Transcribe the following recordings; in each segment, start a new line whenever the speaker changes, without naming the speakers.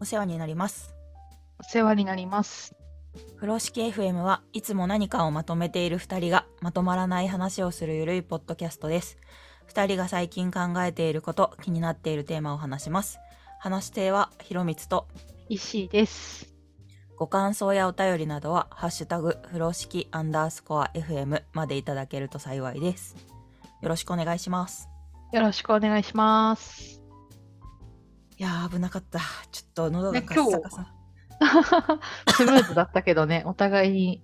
お世話になります
お世話になります。
風呂敷 FM はいつも何かをまとめている2人がまとまらない話をするゆるいポッドキャストです2人が最近考えていること気になっているテーマを話します話し手はひろみつと
石井です。
ご感想やお便りなどは、ハッシュタグ、風呂敷アンダースコア FM までいただけると幸いです。よろしくお願いします。
よろしくお願いします。
いやー、危なかった。ちょっと喉が
ね
カッサカサ。
スムーズだったけどね、お互いに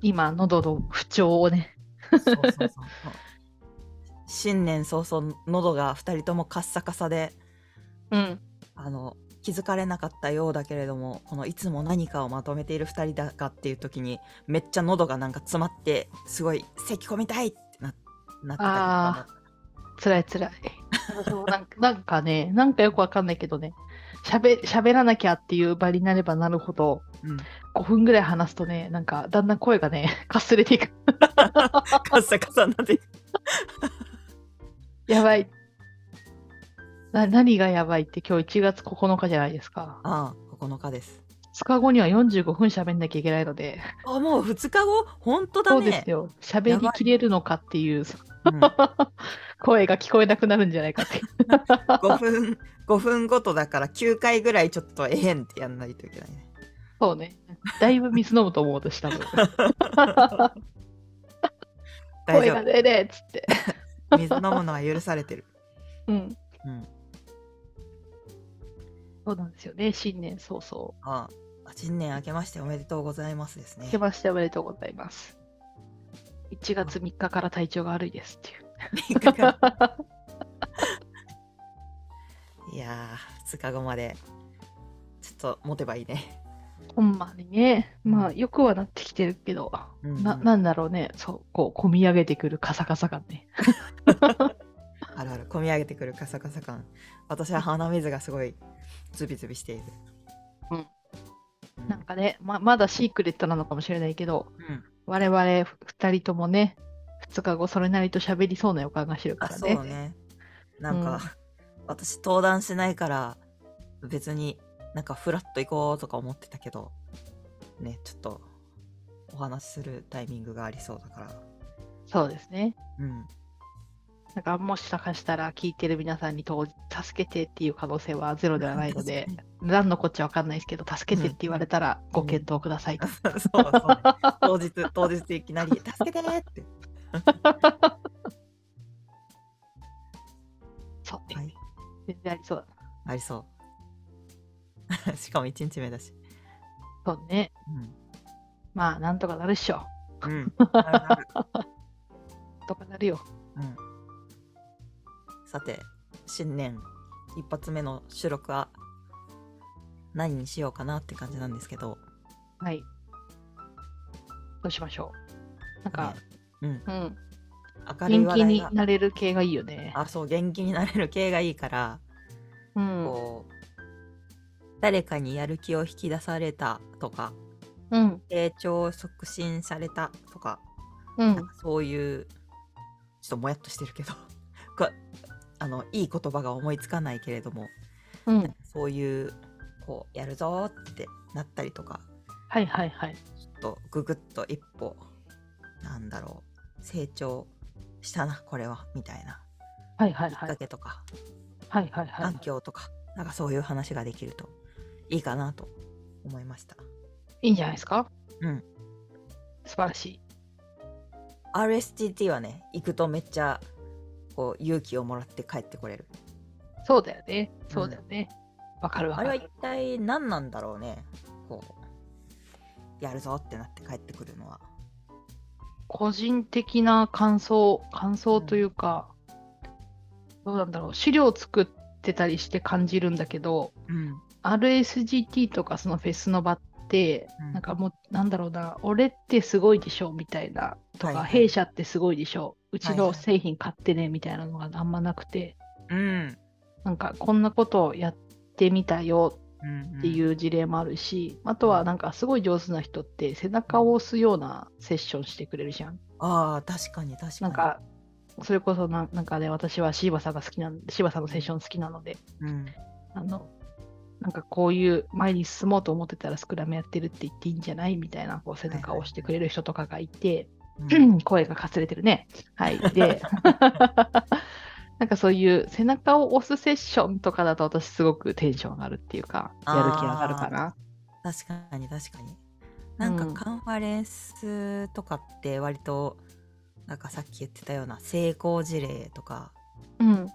今、喉の不調をね、
そうそうそうそう新年早々、喉が2人ともカッサカサで、
うん、
あの、気づかれなかったようだけれども、このいつも何かをまとめている2人だかっていう時に、めっちゃ喉がなんか詰まって、すごい咳込みたいってななってた
あつらいつらい。私も なんかなんかね、なんかよくわかんないけどね、しゃべらなきゃっていう場になればなるほど、
けど、うん、
5分ぐらい話すとね、なんかだんだん声がね、 かすれていく。
カッサカサになって
やばい。な何がやばいって今日1月9日じゃないですか。
ああ、9日です。
2日後には45分喋んなきゃいけないので、
あ、もう2日後本当だ
そ
ね。
うですよ。喋りきれるのかっていう、
うん、
声が聞こえなくなるんじゃないか っていう。
5分、5分ごとだから9回ぐらいちょっとえへんってやんないといけないね。
そうね。だいぶ水飲むと思うとした の。
大
声
丈
が出ねえっつって。
夫。水飲むのは許されてる。
うん。
うん。
そうなんですよね。新年早々。
ああ、新年明けましておめでとうございますですね
明け。ましておめでとうございます。1月3日から体調が悪いですっていう。
いやー、2日後まで、ちょっと持てばいいね。
ほんまにね。まあ、よくはなってきてるけど、
うん
な、なんだろうね。そう、こう、込み上げてくるカサカサ感ね。
あるある、込み上げてくるカサカサ感。私は鼻水がすごい、ズビズビしている。
うん
うん。
なんかね、ままだシークレットなのかもしれないけど、
うん
我々2人ともね、2日後それなりと喋りそうな予感がしてるか
あ
ら
そう
ね。
ね。なん
うん
か、私登壇しないから別になんかフラッと行こうとか思ってたけどねちょっとお話しするタイミングがありそうだから
そうですね。
うん
なんかもしかしたら聞いてる皆さんにと助けてっていう可能性はゼロではないので、何のこっちゃわかんないですけど、助けてって言われたらご検討くださいと。
確かに そうそう、ね、当日当日いきなり「助けて!」って
そうね
はい
全然ありそうだ。
ありそう しかも1日目だし
そうね。
うん
まあ、なんとかなるっしょ。
うんなるな る
とかなるよ。
うんさて新年一発目の収録は何にしようかなって感じなんですけど
はい。どうしましょう。なんか、
ね
うん、
明るい
元
話
気
題
に
が
なれる系がいいよね。
あそう元気になれる系がいいから、
うん。
こう誰かにやる気を引き出されたとか
うん。
成長促進されたとか,、
うん。
そういうちょっともやっとしてるけど こあのいい言葉が思いつかないけれども
うん。
そういうこうやるぞーってなったりとか
はいはいはい。
ちょっとググッと一歩なんだろう成長したなこれはみたいな
はいはい
きっ
は
か
い。
けとか
はいはいはい
環。境とか、なんかそういう話ができるといいかなと思いました。
いいんじゃないですか
うん。
素晴らしい。
RSTT はね、行くとめっちゃこう勇気をもらって帰ってこれる。
そうだよね。そうだよね。わ、かるわ
あ
か
れは
る
一。体何なんだろうね。こう、やるぞってなって帰ってくるのは。
個人的な感想、感想というか、どうなんだろう。資料作ってたりして感じるんだけど、
うん。
RSGT とかそのフェスの場って、
うん
なんかもう、なんだろうな、俺ってすごいでしょみたいな、とか、
はいはい
弊社ってすごいでしょうち
はいは
の
い
製品買ってねみたいなのがあんまなくて、
うん。
なんかこんなことをやってみたよ
うん、
って
うん。
いう事例もあるし、あとはなんかすごい上手な人って背中を押すようなセッションしてくれるじゃん。
ああ、確かに確かに。
なんかそれこそななんかね私はシーバさんが好きなんシーバさんのセッション好きなので
うん、
あのなんかこういう前に進もうと思ってたらスクラムやってるって言っていいんじゃないみたいなこう背中を押してくれる人とかがいて、 声がかすれてるね。はい。で、なんかそういう背中を押すセッションとかだと私すごくテンション上がるっていうか、やる気上がるかな。
確かに確かになんか
うん
カンファレンスとかって割となんかさっき言ってたような成功事例とか
うん。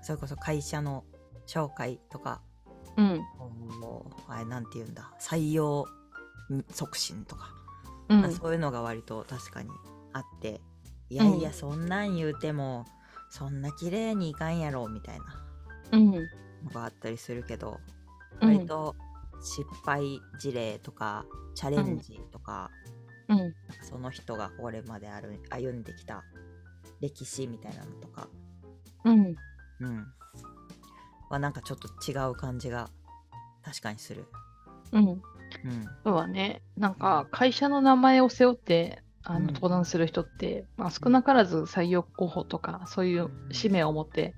それこそ会社の紹介とか
うん。
もうあれなんて言うんだ採用促進とか、
う
まあ
ん。
そういうのが割と確かにあっていやいうや
ん
そんなん言うても、そんな綺麗にいかんやろみたいな
うん。
のがあったりするけど
う
割
ん。
と失敗事例とかチャレンジとか、
うん。
その人がこれまである歩んできた歴史みたいなのとか、
うん。
うん、はなんかちょっと違う感じが確かにする。
うん。
うん、
そうだね。なんか会社の名前を背負ってあ
うん
の登壇する人って、まあ、少なからず採用候補とかそういう使命を持って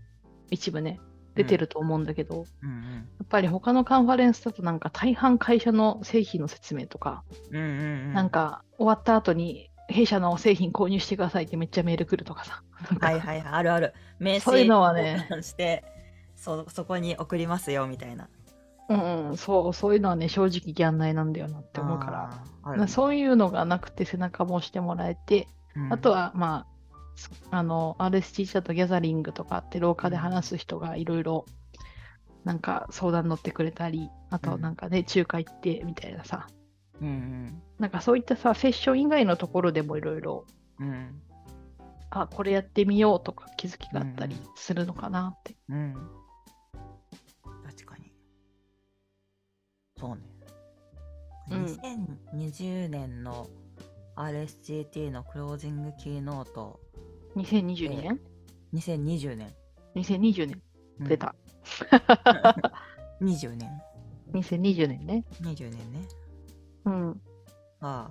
一部ね出てると思うんだけど、や
うん
っぱり他のカンファレンスだとなんか大半会社の製品の説明とか、
うんうんうん
なんか終わった後に弊社の製品購入してくださいってめっちゃメール来るとかさ。なんか
はいはいはいあるある名
そういうのはね
交換してそそこに送りますよみたいな。
うんうん、そうそういうのはね正直ギャンないなんだよなって思うから
あーあ
な
る
そういうのがなくて背中も押してもらえて
うん
あとは、まあ、すあの、RST だとギャザリングとかあって、廊下で話す人がいろいろ、なんか相談乗ってくれたり、あ
う
と
ん
なんかね、仲介行ってみたいなさ、
うん
なんかそういったさ、セッション以外のところでもいろいろ、
うんうん
あ、これやってみようとか気づきがあったり
うん
するのかなって。
うん確かにそうね、
うん
2020年の RSGT のクロージングキーノート
2022年
2020年
?2020 年
うん
出た。
20年
2020年ね。
20年ね
うん。
ああ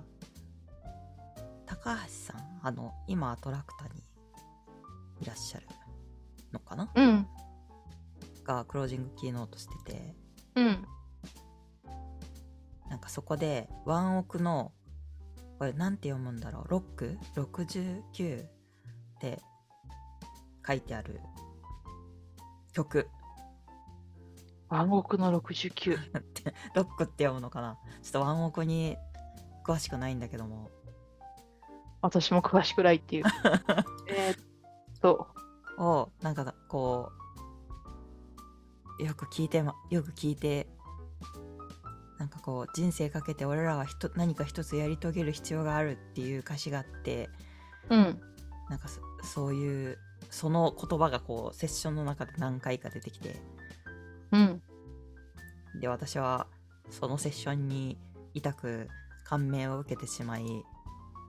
高橋さんあの今アトラクタにいらっしゃるのかな
うん。
がクロージングキーノートしてて
うん。
なんかそこでワンオクのこれなんて読むんだろうロック69って書いてある曲
暗黙の69。
ロックって読むのかなちょっとワンオクに詳しくないんだけども
私も詳しくな いっていう。えーっと、
をなんかこうよく聞いて、ま、よく聞いてなんかこう人生かけて俺らはひと何か一つやり遂げる必要があるっていう歌詞があって
うん。
なんかそそういうその言葉がこうセッションの中で何回か出てきて
うん。
で私はそのセッションに痛く感銘を受けてしまい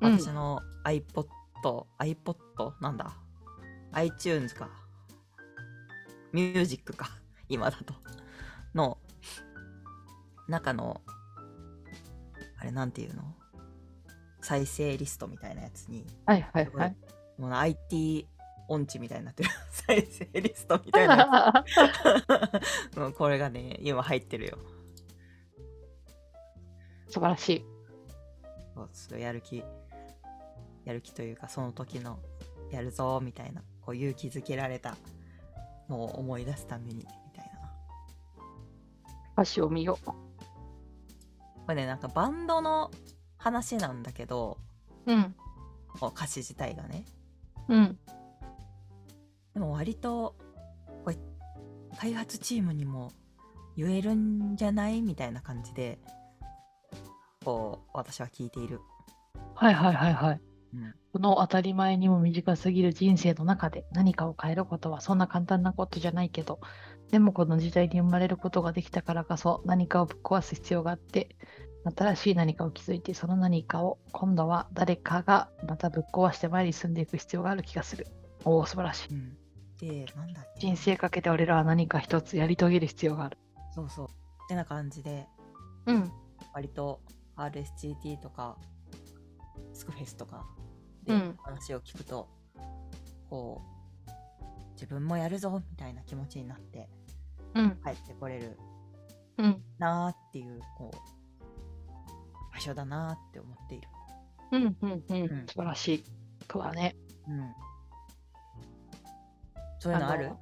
うん
私の iPod、iPod なんだ iTunes かミュージックか今だとの中のあれなんていうの再生リストみたいなやつに
はいはいはい。
もう IT 音痴みたいになってる 再生リストみたいなやつ もうこれがね今入ってるよ
素晴らしい。
そうちょっとやる気やる気というかその時のやるぞーみたいなこう勇気づけられたのを思い出すためにみたいな
歌詞を見よ
これねなんかバンドの話なんだけど
う。うん。
こう歌詞自体がね
うん。
でも割とこれ開発チームにも言えるんじゃないみたいな感じでこう私は聞いている、
はいはいはいはい。
うん、
この当たり前にも短すぎる人生の中で何かを変えることはそんな簡単なことじゃないけど、でもこの時代に生まれることができたからこそ何かをぶっ壊す必要があって、新しい何かを築いてその何かを今度は誰かがまたぶっ壊して前に進んでいく必要がある気がする。おお、素晴らしい。
うん、でなんだっけ
人生かけて俺らは何か一つやり遂げる必要がある。
そうそうってな感じで
うん。
割と RSGT とかスクフェスとかで
うん
話を聞くと、こう自分もやるぞみたいな気持ちになって
うん。
帰ってこれる
うん。
なーっていうこう場所だなーって思っている。
うんうんうん
うん
素晴らしい句だね。
うん、そういうのある
の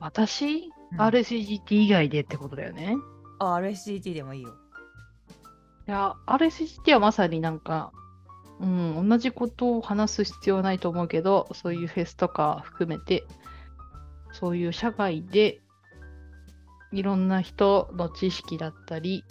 私、
うん
RSGT 以外でってことだよね。
あ RSGT でもいいよ。
いや、RSGT はまさになんか、うん、同じことを話す必要はないと思うけど、そういうフェスとか含めて、そういう社外で、いろんな人の知識だったり、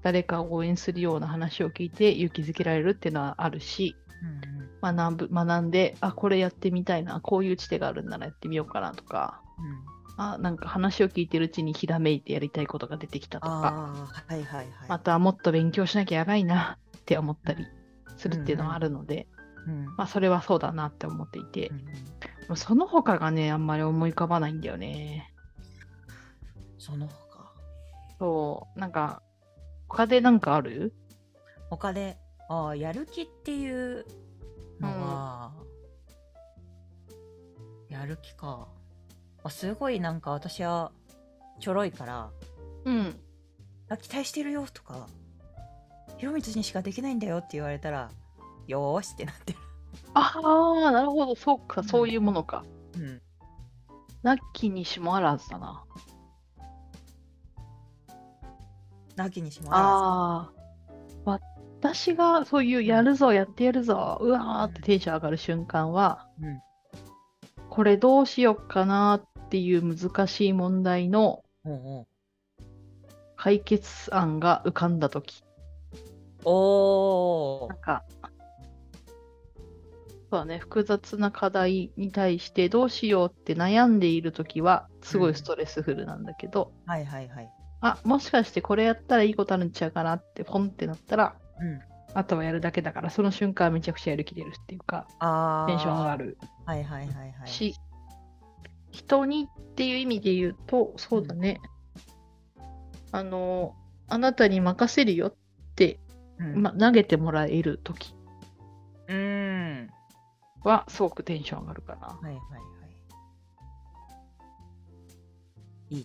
誰かを応援するような話を聞いて勇気づけられるっていうのはあるし、
うんうん
学ぶ学んで、あ、これやってみたいな、こういう地点があるんならやってみようかなとか、
うん、
あ、なんか話を聞いてるうちにひらめいてやりたいことが出てきたとか、
ああはいはいはい。
またもっと勉強しなきゃやばいなって思ったりするっていうのはあるので、
うん
まあそれはそうだなって思っていて
う、んうん
もうその他がねあんまり思い浮かばないんだよね
その他
そうなんか他でなんかある
他でああやる気っていうのは、やる気かあすごいなんか私はちょろいから
うん
あ期待してるよとか広光にしかできないんだよって言われたらよーしってなって
ああなるほどそうか、
うん
そういうものか
る、
なきにしもあらずだな
うん、なきにしもあ
ああ私がそういうやるぞやってやるぞうわーってテンション上がる瞬間は、
うん
これどうしようかなっていう難しい問題の
らずおう
解決案が浮かんだ時
おうお
なんかそうだね複雑な課題に対してどうしようって悩んでいる時はすごいストレスフルなんだけど、
ーはいはいはい
あもしかしてこれやったらいいことあるんちゃうかなってポンってなったら
うん
あとはやるだけだからその瞬間めちゃくちゃやる気出るっていうか
あー
テンション上がる
はいはいはいはい
し、人にっていう意味で言うとそうだね、あのあなたに任せるよって、
うん
ま、投げてもらえる時
うーん
はすごくテンション上がるかな。
はいはいはい。いいね。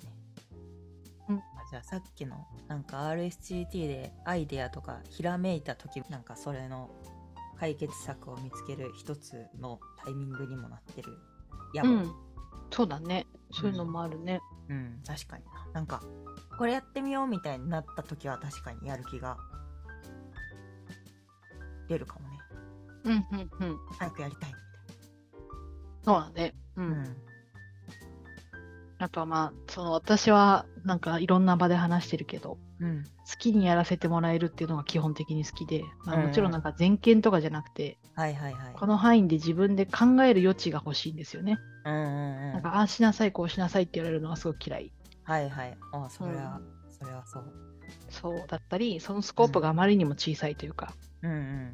うん
あじゃあさっきのなんか RSGT でアイデアとかひらめいた時なんかそれの解決策を見つける一つのタイミングにもなってる。や
う
も、
ん、そうだね。そういうのもあるね。
うん、確かにな。なんかこれやってみようみたいになった時は確かにやる気が出るかもね。
うん、うん、うん。
早くやりたいみ
そうだね。うん。
たいな。うん
あとはまあ、その私はなんかいろんな場で話してるけど、
うん
好きにやらせてもらえるっていうのが基本的に好きで、まあ、
うん
もちろんなんか全権とかじゃなくて、
はいはいはい。
この範囲で自分で考える余地が欲しいんですよね。
うんうんうん
なんか、ああしなさい、こうしなさいって言われるのはすごく嫌い。
はいはい。あそれは、
う
それはそう。
そうだったり、そのスコープがあまりにも小さいというか、
うんうん。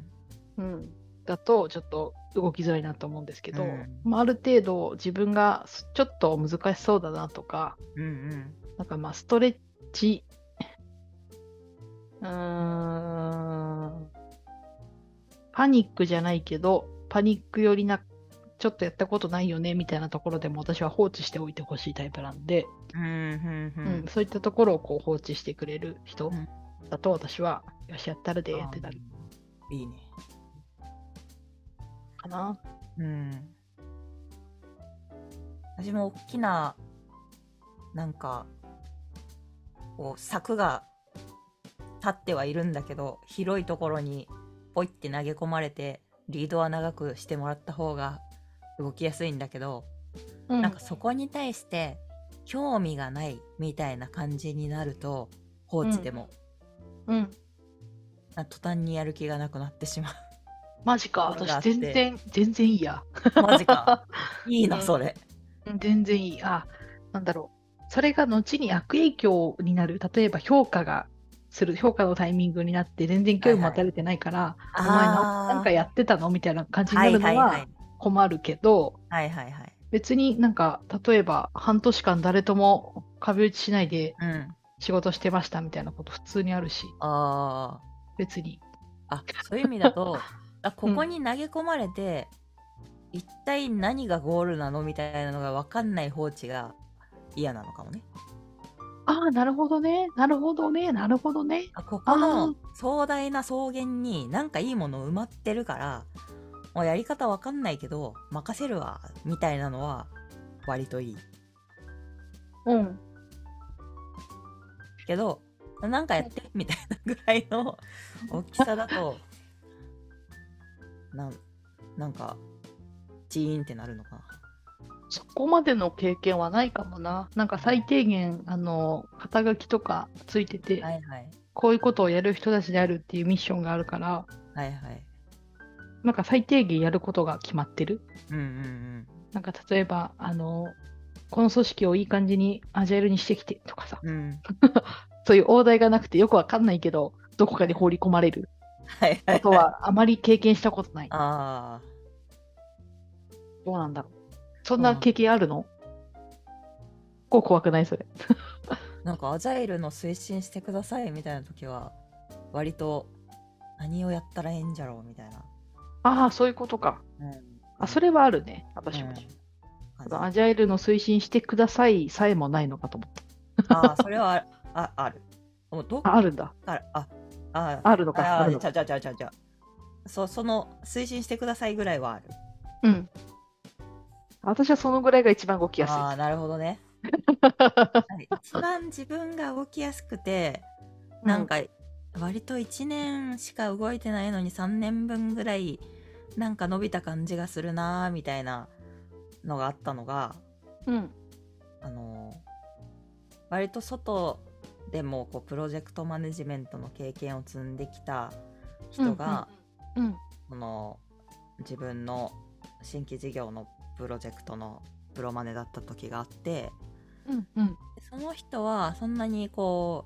うん、だとちょっと動きづらいなと思うんですけど、
うん
まあ、ある程度自分がすちょっと難しそうだなとか
うんうん。
なんかまあストレッチうーんパニックじゃないけどパニック寄りなちょっとやったことないよねみたいなところでも私は放置しておいてほしいタイプなんで、
うんうんう
うんんそういったところをこう放置してくれる人
うん
だと私は、よしやったるでやってた
あいいね。
かな。
うん。私も大きな、なんか、こう、柵が立ってはいるんだけど、広いところにポイって投げ込まれて、リードは長くしてもらった方が動きやすいんだけど、
うん
なんかそこに対して興味がないみたいな感じになると放置でも、
うん
な途端にやる気がなくなってしま
マジか、
ところがあ
私
って
全然、全然いいや。
う マジかいいな
うん
それ
うん全然いい。あ、なんだろう。それが後に悪影響になる。例えば評価がする、評価のタイミングになって、全然興味持たれてないから、
はい
お前な
あー
なんかやってたのみたいな感じにな
はい
る
はい
の
は
はい困るけど、
はいはいはい
別になんか、例えば半年間誰とも壁打ちしないで
うん
仕事してましたみたいなこと普通にあるし、
あ
別に。
ーあそういう意味だ とあここに投げ込まれて、一体何がゴールなのみたいなのが分かんない放置が嫌なのかもね
ああ、なるほどね。なるほどね。なるほどね。
あここ
あ
の
ー
壮大な草原になんかいいもの埋まってるからもうやり方わかんないけど任せるわみたいなのは割といい
うん。
けどなんかやってみたいなぐらいの 大きさだとなんなんかチーンってなるのかな
そこまでの経験はないかもな。なんか最低限、あの、肩書きとかついてて、
はいはい
こういうことをやる人たちであるっていうミッションがあるから、
はいはい
なんか最低限やることが決まってる。
うんうん
なんか例えば、あの、この組織をいい感じにアジャイルにしてきてとかさ、
うん うん
そういう大台がなくてよくわかんないけど、どこかに放り込まれる
はいは
こ
い
とはあまり経験したこと ない。
あ
どうなんだろう。そんな経験あるの、こう怖くないそれ。
ーなんかアジャイルの推進してくださいみたいな時は割と何をやったらええんじゃろうみたいな、
ああ、そういうことか。あ、それはあるね。私も。
うん
ア
感じ
ジャイルの推進してくださいさえもないのかと思った。
あーそれはあああるもうどっか
あ、あるんだ。
らああ
あるのか。
あ
あ
あ
る
ー
の
ちゃ
か
うちゃうちゃうちゃうちゃうそその推進してくださいぐらいはある
うん。私はそのぐらいが一番動きやすい。
ああなるほどねはい一番自分が動きやすくてなんか割と1年しか動いてないのに3年分ぐらいなんか伸びた感じがするなーみたいなのがあったのが
うん、うん。
あのー割と外でもこうプロジェクトマネジメントの経験を積んできた人が、
うん。
その自分の新規事業のプロジェクトのプロマネだった時があって
うん。うん。
でその人はそんなにこ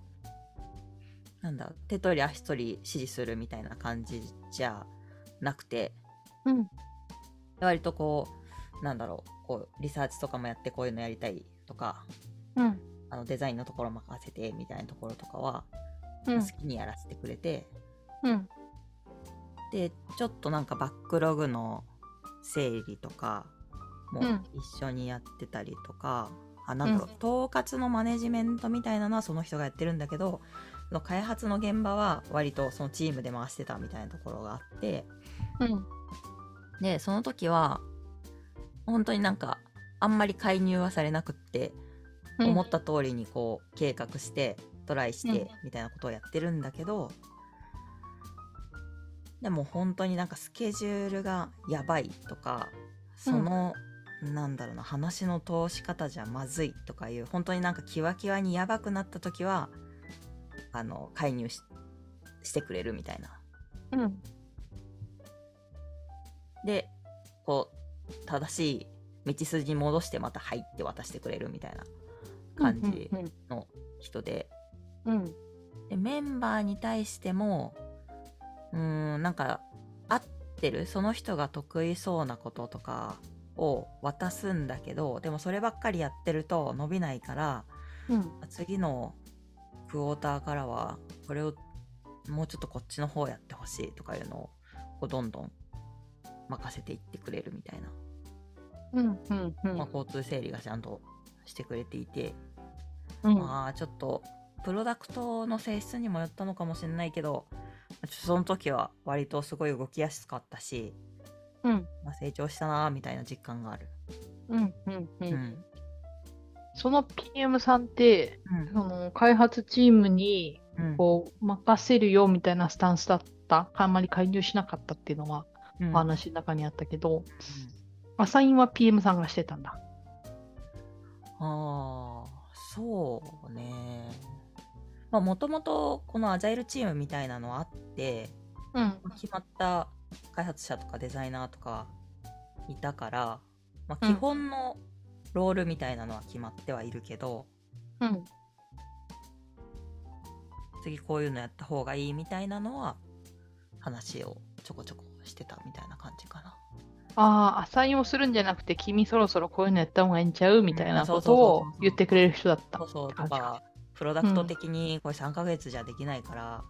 うなんだ手取り足取り指示するみたいな感じじゃなくて
うん。
割とこうなんだろうこうリサーチとかもやってこういうのやりたいとか
うん。
あのデザインのところ任せてみたいなところとかは
う
好
ん。
きにやらせてくれて、
うん。
でちょっとなんかバックログの整理とかも
うん
一緒にやってたりとか、あなんだろう、統括のマネジメントみたいなのはその人がやってるんだけどその開発の現場は割とそのチームで回してたみたいなところがあって
うん。
でその時は本当になんかあんまり介入はされなくって思った通りにこう計画してトライし
う
て
ん
みたいなことをやってるんだけど、でも本当になんかスケジュールがやばいとかその、なんだろうな話の通し方じゃまずいとかいう本当になんかキワキワにやばくなった時はあの介入ししてくれるみたいな。
うん。
でこう正しい道筋に戻してまた「はい」って渡してくれるみたいな感じ
うん。
の人で。
うん。
でメンバーに対してもうーんなんか合ってるその人が得意そうなこととかを渡すんだけどでもそればっかりやってると伸びないから
うん。
次のクォーターからはこれをもうちょっとこっちの方やってほしいとかいうのをこうどんどん任せていってくれるみたいな、
うん。うん。うん。
まあ、交通整理がちゃんとしてくれていて、
うん。
まあちょっとプロダクトの性質にもよったのかもしれないけどちょその時は割とすごい動きやすかったし、
うん。
まあ、成長したなーみたいな実感がある。
うん。うん。う。
うんん
その PM さんって、
うん
その開発チームに
うん
こう任せるよみたいなスタンスだった。あんまり介入しなかったっていうのは
うん
お話の中にあったけど、アサインは PM さんがしてたんだ。
ああそうねまあもともとこのアジャイルチームみたいなのはあって
うん。
まあ決まった開発者とかデザイナーとかいたから、まあ、
うん
基本のロールみたいなのは決まってはいるけど、
うん。
次こういうのやった方がいいみたいなのは話をちょこちょこしてたみたいな感じかな。
ああ、アサインをするんじゃなくて、君そろそろこういうのやった方がいいんちゃうみたいなこ
そう
と
そう
を
そうそう
言ってくれる人だった
そう。そう
感
と
じか
かプロダクト的にこれ3ヶ月じゃできないから、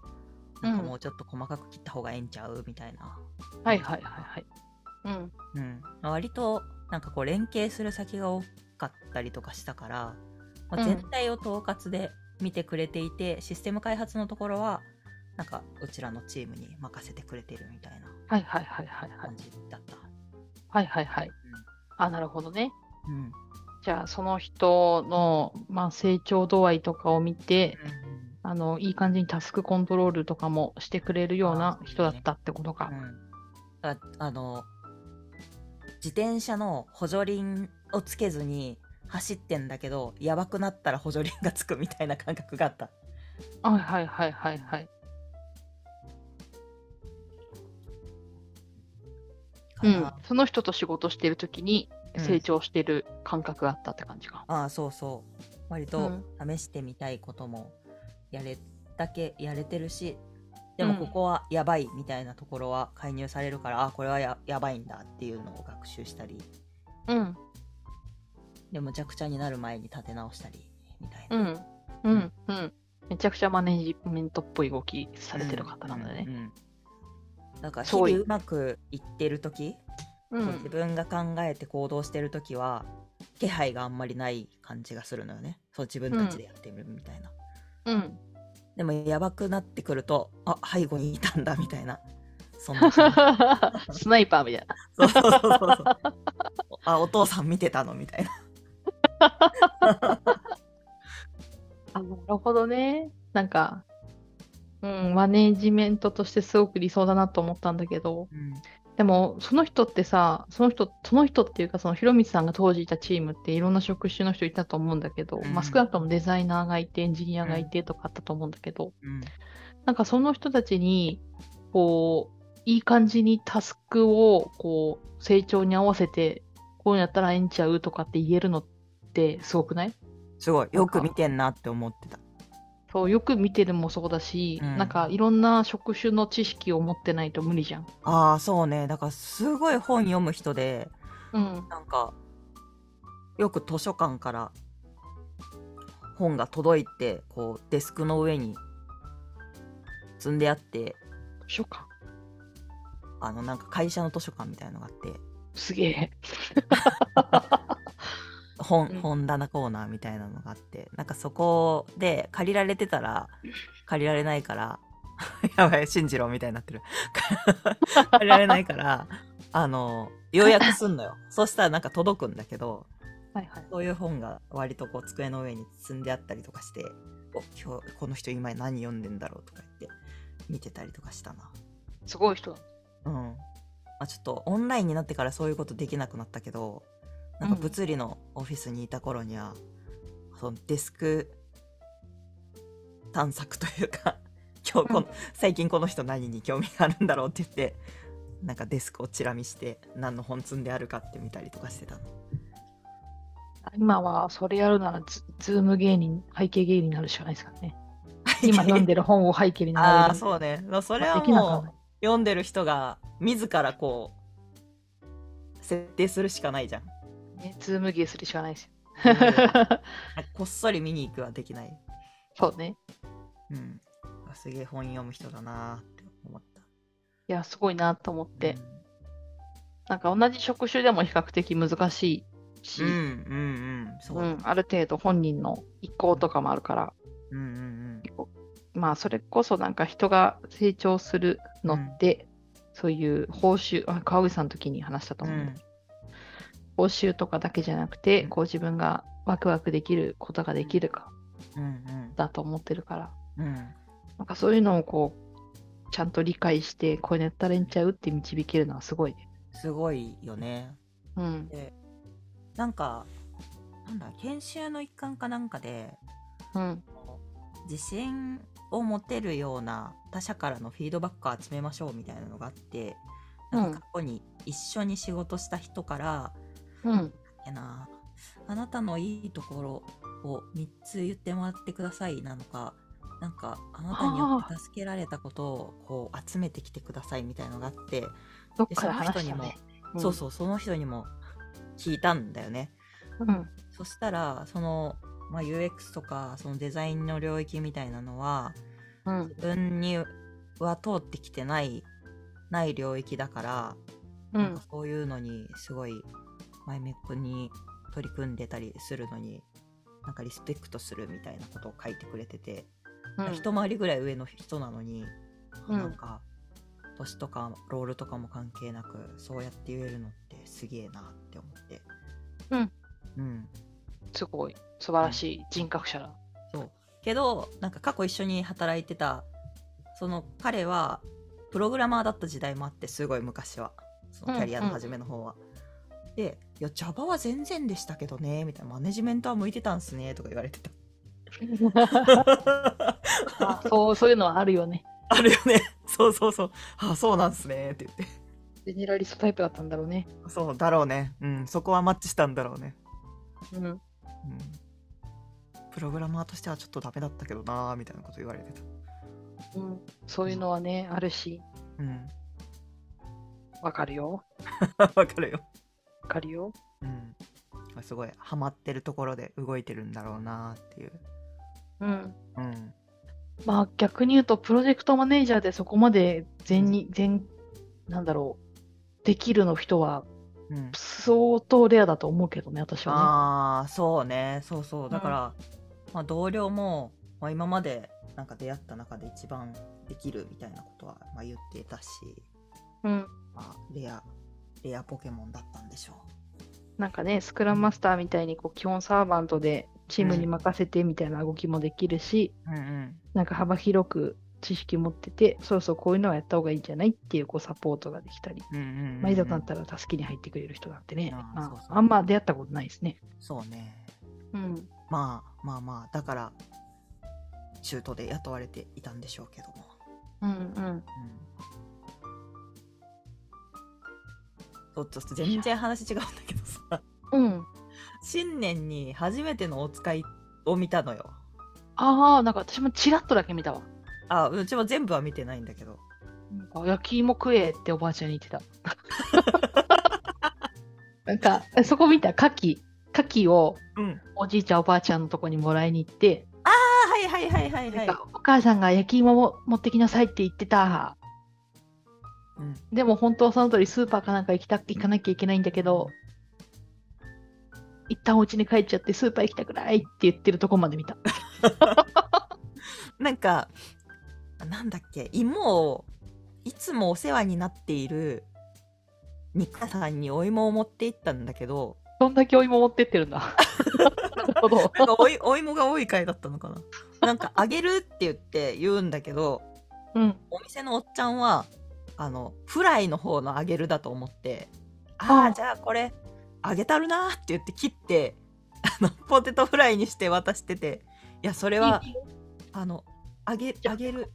なんか
うん
もうちょっと細かく切った方がええんちゃうみたいな。
はいはいはいはい。うん。
うん、割となんかこう連携する先が多かったりとかしたから、まあ、
うん
全体を統括で見てくれていてシステム開発のところはなんかうちらのチームに任せてくれてるみたいな
はいはいはいはいはい
感。じだった。
はいはいはい。あ、なるほどね。
うんうん
じゃあ、その人の、まあ、成長度合いとかを見て、あの、いい感じにタスクコントロールとかもしてくれるような
あー
人だったってことか
う。んだあの自転車の補助輪をつけずに走ってんだけどやばくなったら補助輪がつくみたいな感覚があった。
はいはいはいはいはい。
か
う
な。
ん。その人と仕事してるときに
うん
成長してる感覚があったって感じか。
ああそうそう割
う
と
ん
試してみたいこともやれだけやれてるしでもここはやばいみたいなところは介入されるから、ああこれはややばいんだっていうのを学習したり
うん。
でむちゃくちゃになる前に立て直したりみたいな、
う
うん
ん。うん。うん。めちゃくちゃマネジメントっぽい動きされてる方なんだね
う。んなんか日
そう
々
いう
うまくいってる時、
うん。
自分が考えて行動してる時は気配があんまりない感じがするのよねそう自分たちでやってみるみたいな、
うん。
でもやばくなってくるとあ背後にいたんだみたいなそんな 感じ
スナイパーみたいな。
そうそうそうそうあお父さん見てたのみたいな
あ、なるほどね。なんか、うん、マネジメントとしてすごく理想だなと思ったんだけど、でも、その人ってさ、その人、その人っていうか、そのひろみつさんが当時いたチームっていろんな職種の人いたと思うんだけど、
うん
まあ、少なくともデザイナーがいて、エンジニアがいてとかあったと思うんだけど、
うん
なんかその人たちに、こう、いい感じにタスクを、こう、成長に合わせて、こうやったらええんちゃうとかって言えるのってすごくない
すごいよく見てんなって思ってた
そうよく見てるもそうだし、
うん
なんかいろんな職種の知識を持ってないと無理じゃん。
ああそうねだからすごい本読む人で
うん、
なんかよく図書館から本が届いてこうデスクの上に積んであって
図書館
あのなんか会社の図書館みたいのがあって
すげえ。
本
うん
本棚コーナーみたいなのがあってなんかそこで借りられてたら借りられないから やばい信じろみたいになってる 借りられないからあの予約すんのよそしたらなんか届くんだけど
はいはい。
そういう本が割とこう机の上に積んであったりとかして「お今日この人今何読んでんだろう」とか言って見てたりとかしたな
すごい人だ。
うん、まあ、ちょっとオンラインになってからそういうことできなくなったけどなんか
うん
物理のオフィスにいた頃には、そのデスク探索というか 今日この、
う
最近この人何に興味があるんだろうって言ってなんかデスクをチラ見して何の本積んであるかって見たりとかしてたの
今はそれやるならズ、ズーム芸人、背景芸人になるしかないですからね。 今読んでる本を背景に
あ
な
あ
る。
そうねそれ
まあ
は
できなくは
も
な
う
い。
読んでる人が自らこう設定するしかない じゃん
ね、ズーム芸するしかないですよ。
うんこっそり見に行くはできない
そうね。
うん、あすげえ本読む人だなーって思った。
いや、すごいなと思って、
うん
なんか同じ職種でも比較的難しいし、
うんうんうん、そうう。
ん、ある程度本人の意向とかもあるから、
うんうん
まあそれこそなんか人が成長するのって、そういう報酬あ川口さんの時に話したと
うん。う
思うんだ
ん
けど、報酬とかだけじゃなくて、
うん
こう自分がワクワクできることができるか
うん
だと思ってるから
うんうん。
なんかそういうのをこうちゃんと理解してこうやったらええんちゃうって導けるのはすごいね。
すごいよね。
うん
で、なんか、なんだ、研修の一環かなんかで、
うん
自信を持てるような他者からのフィードバックを集めましょうみたいなのがあって、なんか過去に一緒に仕事した人から、
うん
やなあなたのいいところを3つ言ってもらってくださいなのかなんかあなたによって助けられたことをこう集めてきてくださいみたいのがあって
どっ
で
か
そ
ら
の人
話し
に
た
も、
ね。
そうそうその人にも聞いたんだよね
うん。うん
そしたらその、まあ、UX とかそのデザインの領域みたいなのは
うん
自分には通ってきてないない領域だから
う
なん
ん
かそういうのにすごい前めっこに取り組んでたりするのになんかリスペクトするみたいなことを書いてくれてて、
うん
一回りぐらい上の人なのに、
うん
なんか年とかロールとかも関係なくそうやって言えるのってすげえなって思って
うん
うん
すごい素晴らしい人格者だ。
そうけどなんか過去一緒に働いてたその彼はプログラマーだった時代もあってすごい昔はそのキャリアの初めの方は。で「いや Java は全然でしたけどね」みたいな「マネジメントは向いてたんすね」とか言われてた
まあそうそういうのはあるよね。
あるよねそうそうそう「あそうなんすね」って言って
ジェネラリストタイプだったんだろうね。
そうだろうねうんそこはマッチしたんだろうね
うん、
うんプログラマーとしてはちょっとダメだったけどなーみたいなこと言われてた。
うん、そういうのはねあるし
うん。
わかるよ
わかるよ。
わかるよ。
うん。すごいハマってるところで動いてるんだろうなーっていう。
うん
うん。
まあ逆に言うとプロジェクトマネージャーでそこまで全に全なんだろうできるの人は
うん、
相当レアだと思うけどね私は
ああそうねそうそうだから、まあ、同僚も、まあ、今までなんか出会った中で一番できるみたいなことは、まあ、言ってたし、
ね。うん
まあ、レアレアポケモンだったんでしょ
なんかね、スクラムマスターみたいにこう基本サーバントでチームに任せてみたいな動きもできるし、
う。うんうん
なんか幅広く知識持ってて、そろそろこういうのはやった方がいいんじゃないっていうこうサポートができたり、
うんうんうんうん
まあ、いざとなったら助けに入ってくれる人なんてね、
あー
まあ
そうそう
あんま出会ったことないですね。
そうね
うん、
まあまあまあだから中途で雇われていたんでしょうけども、
うん、うん。
うん、ちょっと全然話違うんだけどさ
うん、
新年に初めてのお使いを見たのよ
ああ、なんか私もちらっとだけ見たわ。
あうちも全部は見てないんだけど
なんか焼き芋食えっておばあちゃんに言って た。なんか、そこ見た、牡蠣、牡蠣を
うん
おじいちゃんおばあちゃんのとこにもらいに行って、
あはいはいはいはい
な
は
ん
い
かお母さんが焼き芋を持ってきなさいって言ってた。
うん
でも本当はその通りスーパーかなんか行きた行かなきゃいけないんだけど、一旦お家に帰っちゃってスーパー行きたくないって言ってるとこまで見た。
なんかなんだっけ芋をいつもお世話になっているニカさんにお芋を持って行ったんだけど
どんだけお芋持ってってるんだ。 なるほど。
なんかおいお芋が多い回だったのかななんかあげるって言って言うんだけど
うん。
お店のおっちゃんはあのフライの方の揚げるだと思って
あ
あ
あ
あじゃあこれ揚げたるなーって言って切って あのポテトフライにして渡してていやそれはあの揚げ
じゃあ
揚げる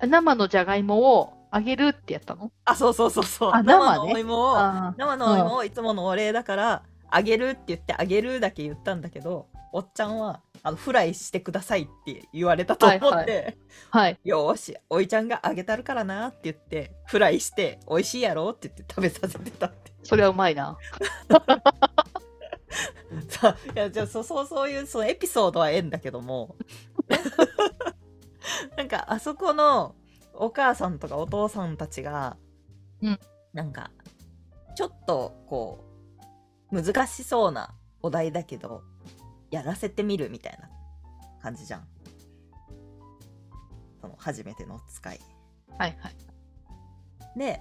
生のじゃがいもをあげるってやったの
あそうそうそうそう
あ生ね
生のお芋を
あ
生のお芋をいつものお礼だから揚げるって言って揚げるだけ言ったんだけどおっちゃんはあのフライしてくださいって言われたと思って、
はいあ。はい。
よーしおいちゃんが揚げたるからなって言ってフライして美味しいやろって言って食べさせてたって
それはうまいな。
さいやじゃあそそうそういうそのエピソードはええんだけども なんかあそこのお母さんとかお父さんたちが、
うん
なんかちょっとこう難しそうなお題だけどやらせてみるみたいな感じじゃんその初めてのお使い
はいはい。
で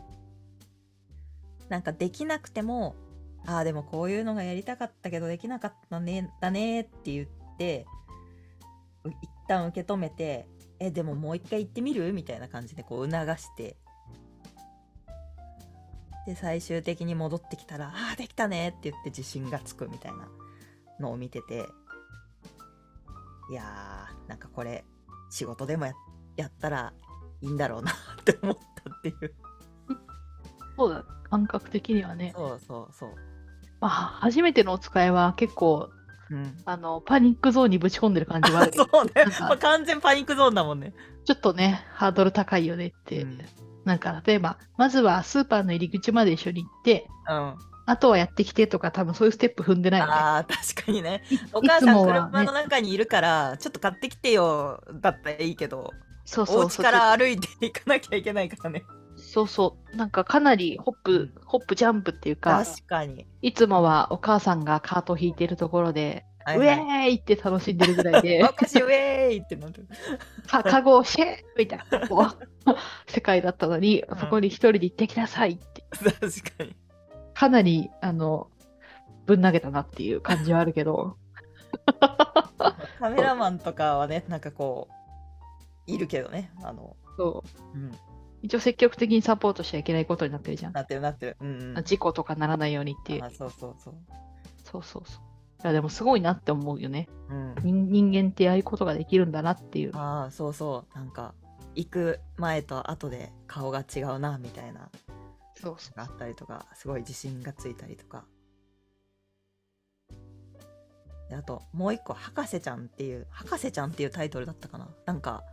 なんかできなくてもああでもこういうのがやりたかったけどできなかったねだねって言ってう一旦受け止めてえでももう一回行ってみるみたいな感じでこう促してで最終的に戻ってきたらああできたねって言って自信がつくみたいなのを見てていやーなんかこれ仕事でもややったらいいんだろうなって思ったっていう。
そうだ。感覚的にはね。
そうそうそう。
まあ、初めてのお使いは結構、
うん。
あの、パニックゾーンにぶち込んでる感じはあるけ
そ
ど
うね。
なんか
まあ、完全パニックゾーンだもんね。
ちょっとね、ハードル高いよねって。
うん
なんか、例えば、まずはスーパーの入り口まで一緒に行って、
うん。あ
あとはやってきてとか、多分そういうステップ踏んでないよね。
あー、確かにね。お母さ
いつ
ん
もは
車
ね
の中にいるから、ちょっと買ってきてよだったらいいけど、
そうそう
お
そ
家
う。
から歩いていかなきゃいけないからね。
ちょっそうそう。なんかかなりホップ、ホップジャンプっていうか、
確かに。
いつもはお母さんがカートを引いてるところで、
はいはい
ウェーイって楽しんでるぐらい で、
私、ウェーイってなってる。
かカゴをシェーみたいなこう 世界だったのに、
ん
そこに一人で行ってきなさいって、
確かに。
かなり、あの、ぶん投げたなっていう感じはあるけど、
カメラマンとかはね、なんかこう、いるけどね。あの、
そう
うん、
一応積極的にサポートしちゃいけないことになってるじゃん。
なってるなってる。うん、うん。
事故とかならないようにっていう。
あそうそうそう。
そうそうそう。いやでもすごいなって思うよね。
うん、
人人間ってああいうことができるんだなっていう。
ああ、そうそう。なんか、行く前と後で顔が違うな、みたいな、
そうそう。
があったりとか、すごい自信がついたりとか。であと、もう一個、博士ちゃんっていう、博士ちゃんっていうタイトルだったかな。なんか、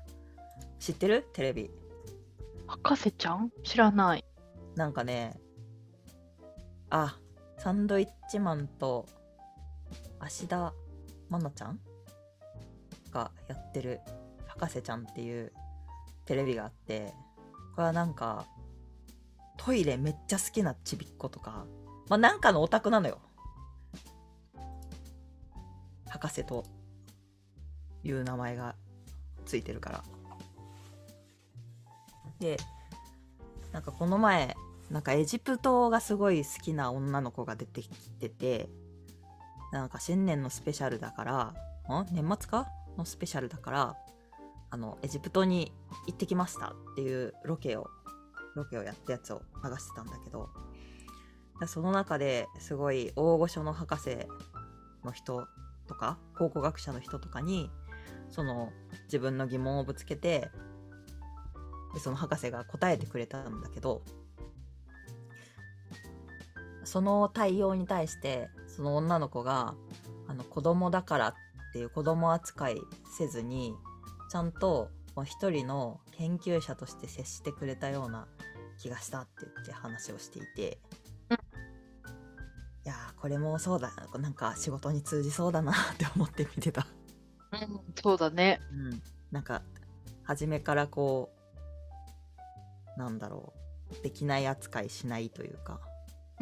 知ってるテレビ。
博士ちゃん知らない。
なんかね、あ、サンドイッチマンと芦田愛菜ちゃんがやってる「博士ちゃん」っていうテレビがあって、これはなんか、トイレめっちゃ好きなちびっ子とか、まあなんかのオタクなのよ。博士という名前がついてるから。で、なんかこの前なんかエジプトがすごい好きな女の子が出てきててなんか新年のスペシャルだからん年末かのスペシャルだからあのエジプトに行ってきましたっていうロケをロケをやったやつを流してたんだけどその中ですごい大御所の博士の人とか考古学者の人とかにその自分の疑問をぶつけてでその博士が答えてくれたんだけどその対応に対してその女の子があの子供だからっていう子供扱いせずにちゃんとまあ一人の研究者として接してくれたような気がしたって言って話をしていて。
うん
いやーこれもそうだなんか仕事に通じそうだなって思って見てた。
うん、そうだね。
うん、なんか初めからこうなんだろうできない扱いしないというか、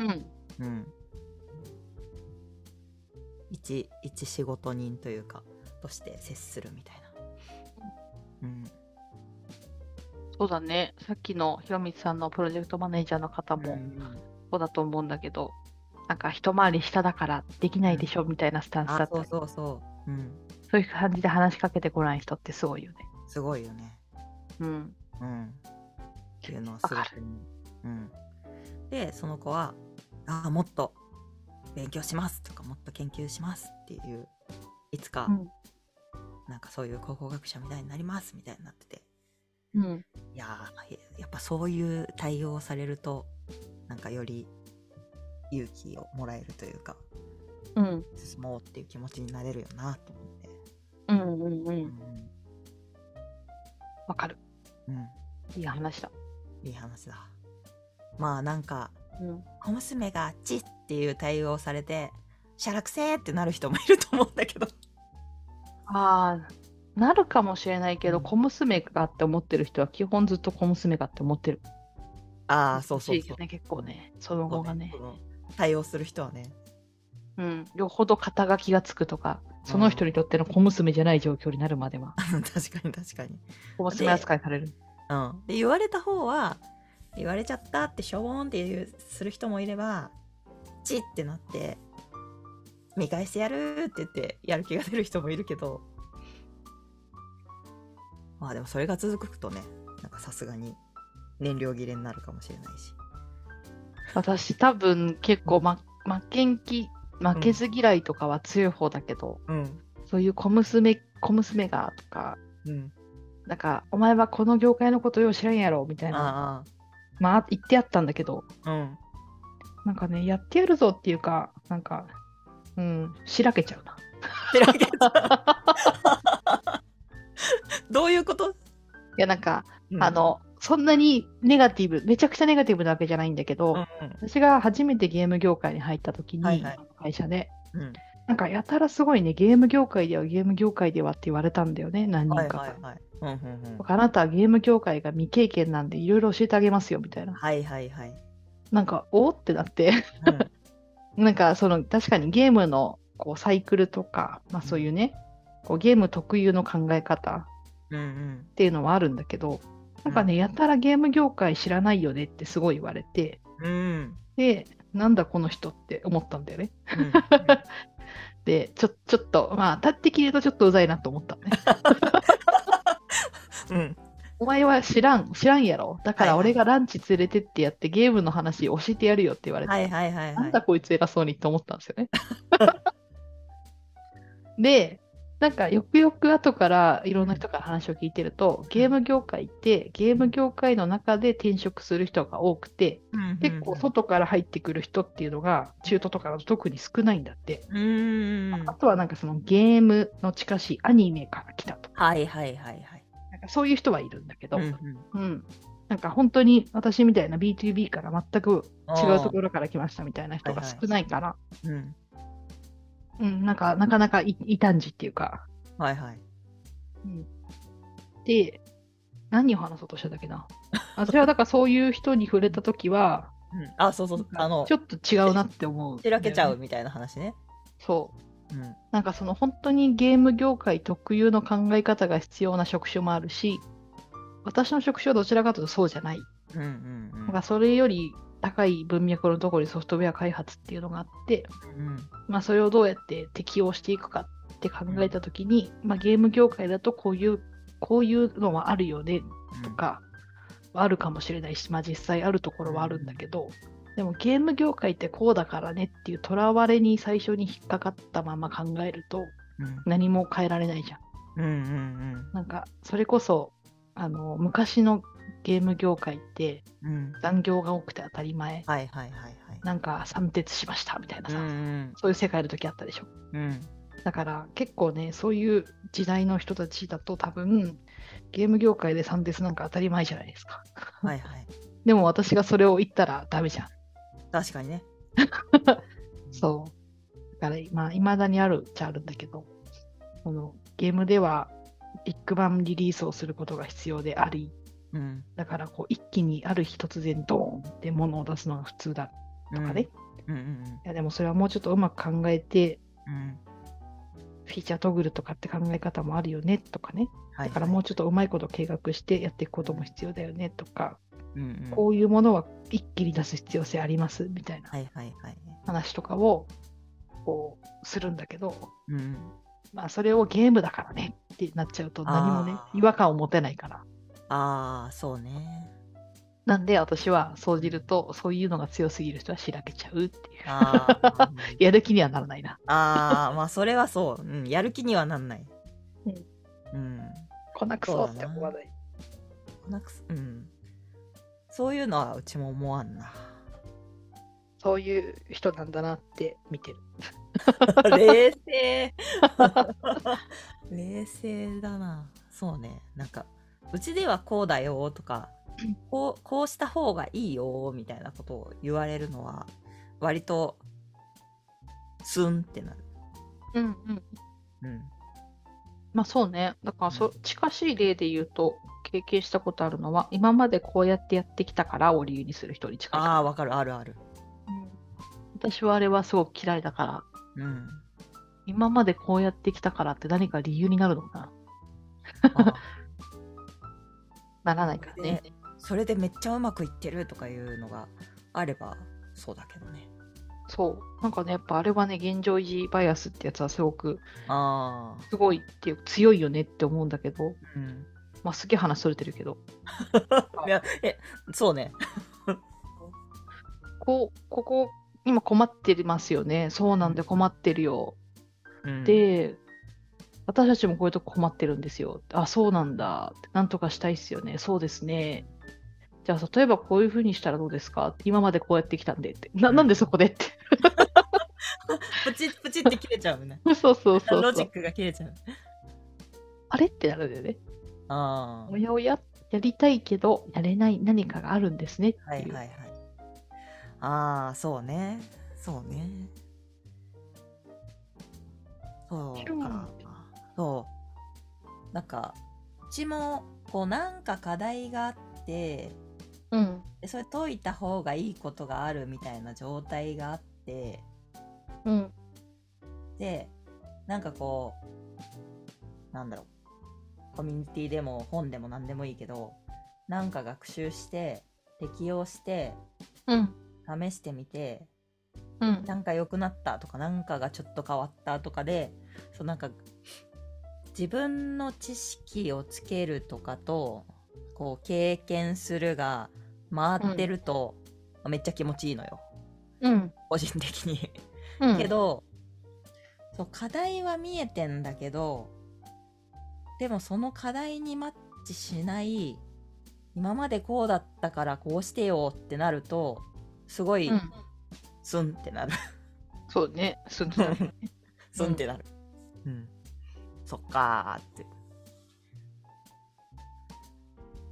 うん。
うん、一一仕事人というかとして接するみたいな、うん、
そうだね。さっきのひろみつさんのプロジェクトマネージャーの方もそうだと思うんだけど、なんか一回り下だからできないでしょみたいなスタンスだ
あ
った
そ
り
うそうそう、うん、
そういう感じで話しかけてこない人ってすごいよね。
すごいよね
うん。
うん、っていうのはす
わ
ごく
か
思う、うん、でその子は「ああもっと勉強します」とか「もっと研究します」っていういつか、
うん
なんかそういう考古学者みたいになりますみたいになってて
うん。
いやーやっぱそういう対応をされるとなんかより勇気をもらえるというか
うん。
進もうっていう気持ちになれるよなと思って、
うん。うん。
う
う。
んん
わかる。
うん、
いい話だ。
いい話だまあなんか
うん。
小娘が「チッ」っていう対応をされて「しゃらくせー」ってなる人もいると思うんだけ ど
ああ。なるかもしれないけど、
うん
小娘がって思ってる人は基本ずっと小娘がって思ってる。
ああそうそう
難しい
そ
よ
う
ね、結構ね。その後がね。
対応する人はね
うん、よほど肩書きがつくとか、その人にとっての小娘じゃない状況になるま では、
確かに確かに
小娘扱いされる。
うんで言われた方は言われちゃったってしょぼーんっていうする人もいれば「チッ」ってなって「見返してやる」って言ってやる気が出る人もいるけどまあでもそれが続くとねなんかさすがに燃料切れになるかもしれないし
私、多分結構、ま、負けん気、負けず嫌いとかは強い方だけど、
うん
そういう小娘、小娘がとか、
うん
なんか、お前はこの業界のことよう知らんやろみたいな、
あ
まあ、言ってやったんだけど、
あうん
なんかね、やってやるぞっていうか、なんか、うん、しらけちゃうな。
てらけた どういうこと、
いや、なんか、あ、の、そんなにネガティブ、めちゃくちゃネガティブなわけじゃないんだけど、
うん
私が初めてゲーム業界に入った時に、
はいはい
会社で、
うん
なんかやたらすごいね、ゲーム業界ではゲーム業界ではって言われたんだよね、何人
はい
かが。
はいはい。うんうんうん
僕あなたはゲーム業界が未経験なんでいろいろ教えてあげますよみたいな。
はいはいはい。
なんか、おーってなって、
うん
なんかその確かにゲームのこうサイクルとか、まあそういうね、こうゲーム特有の考え方
うんうん
っていうのはあるんだけど、なんかね、やたらゲーム業界知らないよねってすごい言われて、
うんうん
で、なんだこの人って思ったんだよね。
うん
で、ちょちょっと、まあ、立って切るとちょっとうざいなと思ったね。
うん
お前は知らん、知らんやろ。だから
はいはい
俺がランチ連れてってやってゲームの話教えてやるよって言われて、
はいはいはい
な
は
ん
い
だこいつ偉そうにって思ったんですよ ね。で、なんかよくよく後からいろんな人から話を聞いてると、ゲーム業界ってゲーム業界の中で転職する人が多くて、
うんうんうん。
結構外から入ってくる人っていうのが中途とかだと特に少ないんだって。
うんうんうん
あとはなんかそのゲームの近しいアニメから来たとか、
はいはいはいはい。
なんかそういう人はいるんだけど、
うんうん
うん、なんか本当に私みたいな B2B から全く違うところから来ましたみたいな人が少ないから、
うん
うん、なんかなかなかい異端児っていうか、
はいはい。
うん、で何を話そうとしたんだっ けな私はだからそういう人に触れた時は
うんあ、そうそう、あの
ち、ょっと違うなって思う、
しらけちゃうみたいな話ね。
そう
うん
なんかその本当にゲーム業界特有の考え方が必要な職種もあるし私の職種はどちらかというとそうじゃない
うんうんうん
なんかそれより高い文脈のところにソフトウェア開発っていうのがあって、
うん
まあ、それをどうやって適用していくかって考えたときに、まあ、ゲーム業界だとこういうこういうのはあるよねとかはあるかもしれないし、まあ、実際あるところはあるんだけど、でもゲーム業界ってこうだからねっていうとらわれに最初に引っかかったまま考えると
うん
何も変えられないじゃん。
うんうん
なんかそれこそあの昔のゲーム業界って
うんうん
残業が多くて当たり前
はいはいはいはい。
なんか三徹しましたみたいな
う
さ、
ん
そういう世界の時あったでしょ
うんうん
だから結構ねそういう時代の人たちだと多分ゲーム業界で三徹なんか当たり前じゃないですか
はいはい。
でも私がそれを言ったらダメじゃん
確かにね。
そうだからまあいまだにあるっちゃあるんだけどそのゲームではビッグバンリリースをすることが必要であり
うん。
だからこう一気にある日突然ドーンって物を出すのが普通だ
と
とかね、。
うんうん
いやでもそれはもうちょっとうまく考えて
うんうん。
フィーチャートグルとかって考え方もあるよねとかね、
はいはい。
だからもうちょっとうまいこと計画してやっていくことも必要だよねとか、
うんうん
こういうものは一気に出す必要性ありますみたいな
はいはいはい。
話とかをこうするんだけど、
うん。
まあ、それをゲームだからねってなっちゃうと何もね
あー
違和感を持てないから。
ああ、そうね。
なんで私は総じるとそういうのが強すぎる人はしらけちゃうっていう
ああ。
やる気にはならないな
ああ、まあそれはそう。うん。やる気にはなんない。うん。
こんなクソって思わない
なくすうん。そういうのはうちも思わん な。
そういう人なんだなって見てる
冷静 冷静だなそうねなんかうちではこうだよとかこうこうした方がいいよみたいなことを言われるのは割とスンってなる
うんうん
うん
まあそうね。だからそ、近しい例で言うと、経験したことあるのは、今までこうやってやってきたからを理由にする人に近いか
あ
ら。
あわかるあるある
うん私はあれはすごく嫌いだから、
うん
今までこうやってきたからって何か理由になるのか
あ
なならないからね。
それでめっちゃうまくいってるとかいうのがあればそうだけどね
そう。なんかね、やっぱあれはね、現状維持バイアスってやつはすごく、
ああ
すごいっていう、強いよねって思うんだけど、
うん
まあすげえ話それてるけど、
いやえそうね
こう、ここ、今困ってますよね。そうなんで困ってるよ。
うん
で、私たちもこういうとこ困ってるんですよ。あ、そうなんだ。なんとかしたいっすよね。そうですね。じゃあ、例えばこういうふうにしたらどうですか今までこうやってきたんでって。ななんでそこでって。
プチプチって切れちゃうね
そうそうそう
ロ
そ
ジッ
う。
クが切れちゃう。
あれってなるんだよね。
ああ。
おやおや、やりたいけど、やれない何かがあるんですねっていう。
はいはいはい。ああ、そうね。そうね。そ
ヒュ
う
ン
かそうなんかうちもこうなんか課題があって
うん
でそれ解いた方がいいことがあるみたいな状態があって
うん
でなんかこうなんだろうコミュニティでも本でも何でもいいけどなんか学習して適用して
うん
試してみて
うん
なんか良くなったとかなんかがちょっと変わったとかでそうなんか自分の知識をつけるとかとこう経験するが回ってると、めっちゃ気持ちいいのよ
うん
個人的に。
うん
けど、そう課題は見えてんだけどでもその課題にマッチしない今までこうだったからこうしてよってなるとすごい
うん
スンってなる、
そうねすんな り
スンってなる、うん、そっかーって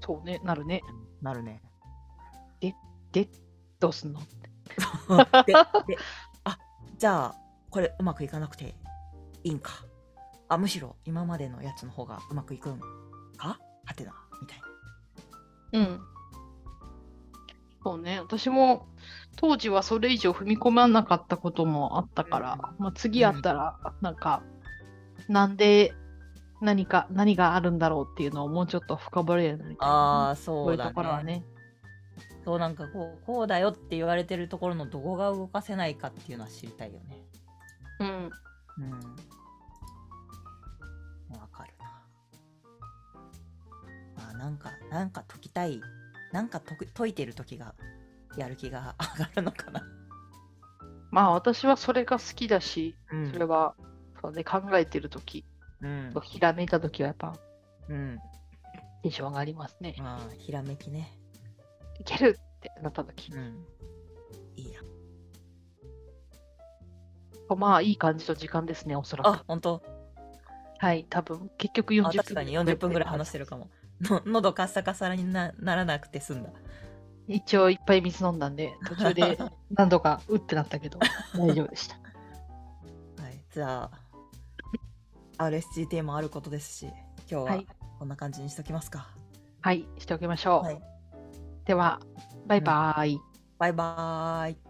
そうねなるね
なる ね
でどうすんの
でであじゃあこれうまくいかなくていいんかあむしろ今までのやつの方がうまくいくんかはてなみたいな
うん。そうね、私も当時はそれ以上踏み込まなかったこともあったから、まあ、次あったら、なんか、なんで何か、何があるんだろうっていうのをもうちょっと深掘れるようになりたい
あ
な
あ
そ
そう
いうう
だ
ところは
ね
ね。
そうなんかこうこうだよって言われてるところのどこが動かせないかっていうのは知りたいよね。
うん。
うん。わかるな。まあなんかなんか解きたいなんか解く解いてる時がやる気が上がるのかな。
まあ私はそれが好きだし、
うん
それは、そうね、考えてるとき、
うん
ひらめいたときはやっぱ
うん。
テンション上がりますね。
まあひらめきね。
いけるってなったとき。
うん。いいや。
まあいい感じと時間ですね、おそらく
あ。本当。
はい、多分結局
あ
40
確かに40分ぐらい話してるかも。の喉カッサカサになならなくて済んだ。
一応いっぱい水飲んだ んで、途中で何度かうってなったけど、大丈夫 でした。
はい、じゃあ RSG テーマあることですし今日
は、
はいこんな感じにしときますか、
はい、しておきましょう。
はい、
では、バイバーイ。
バイバーイ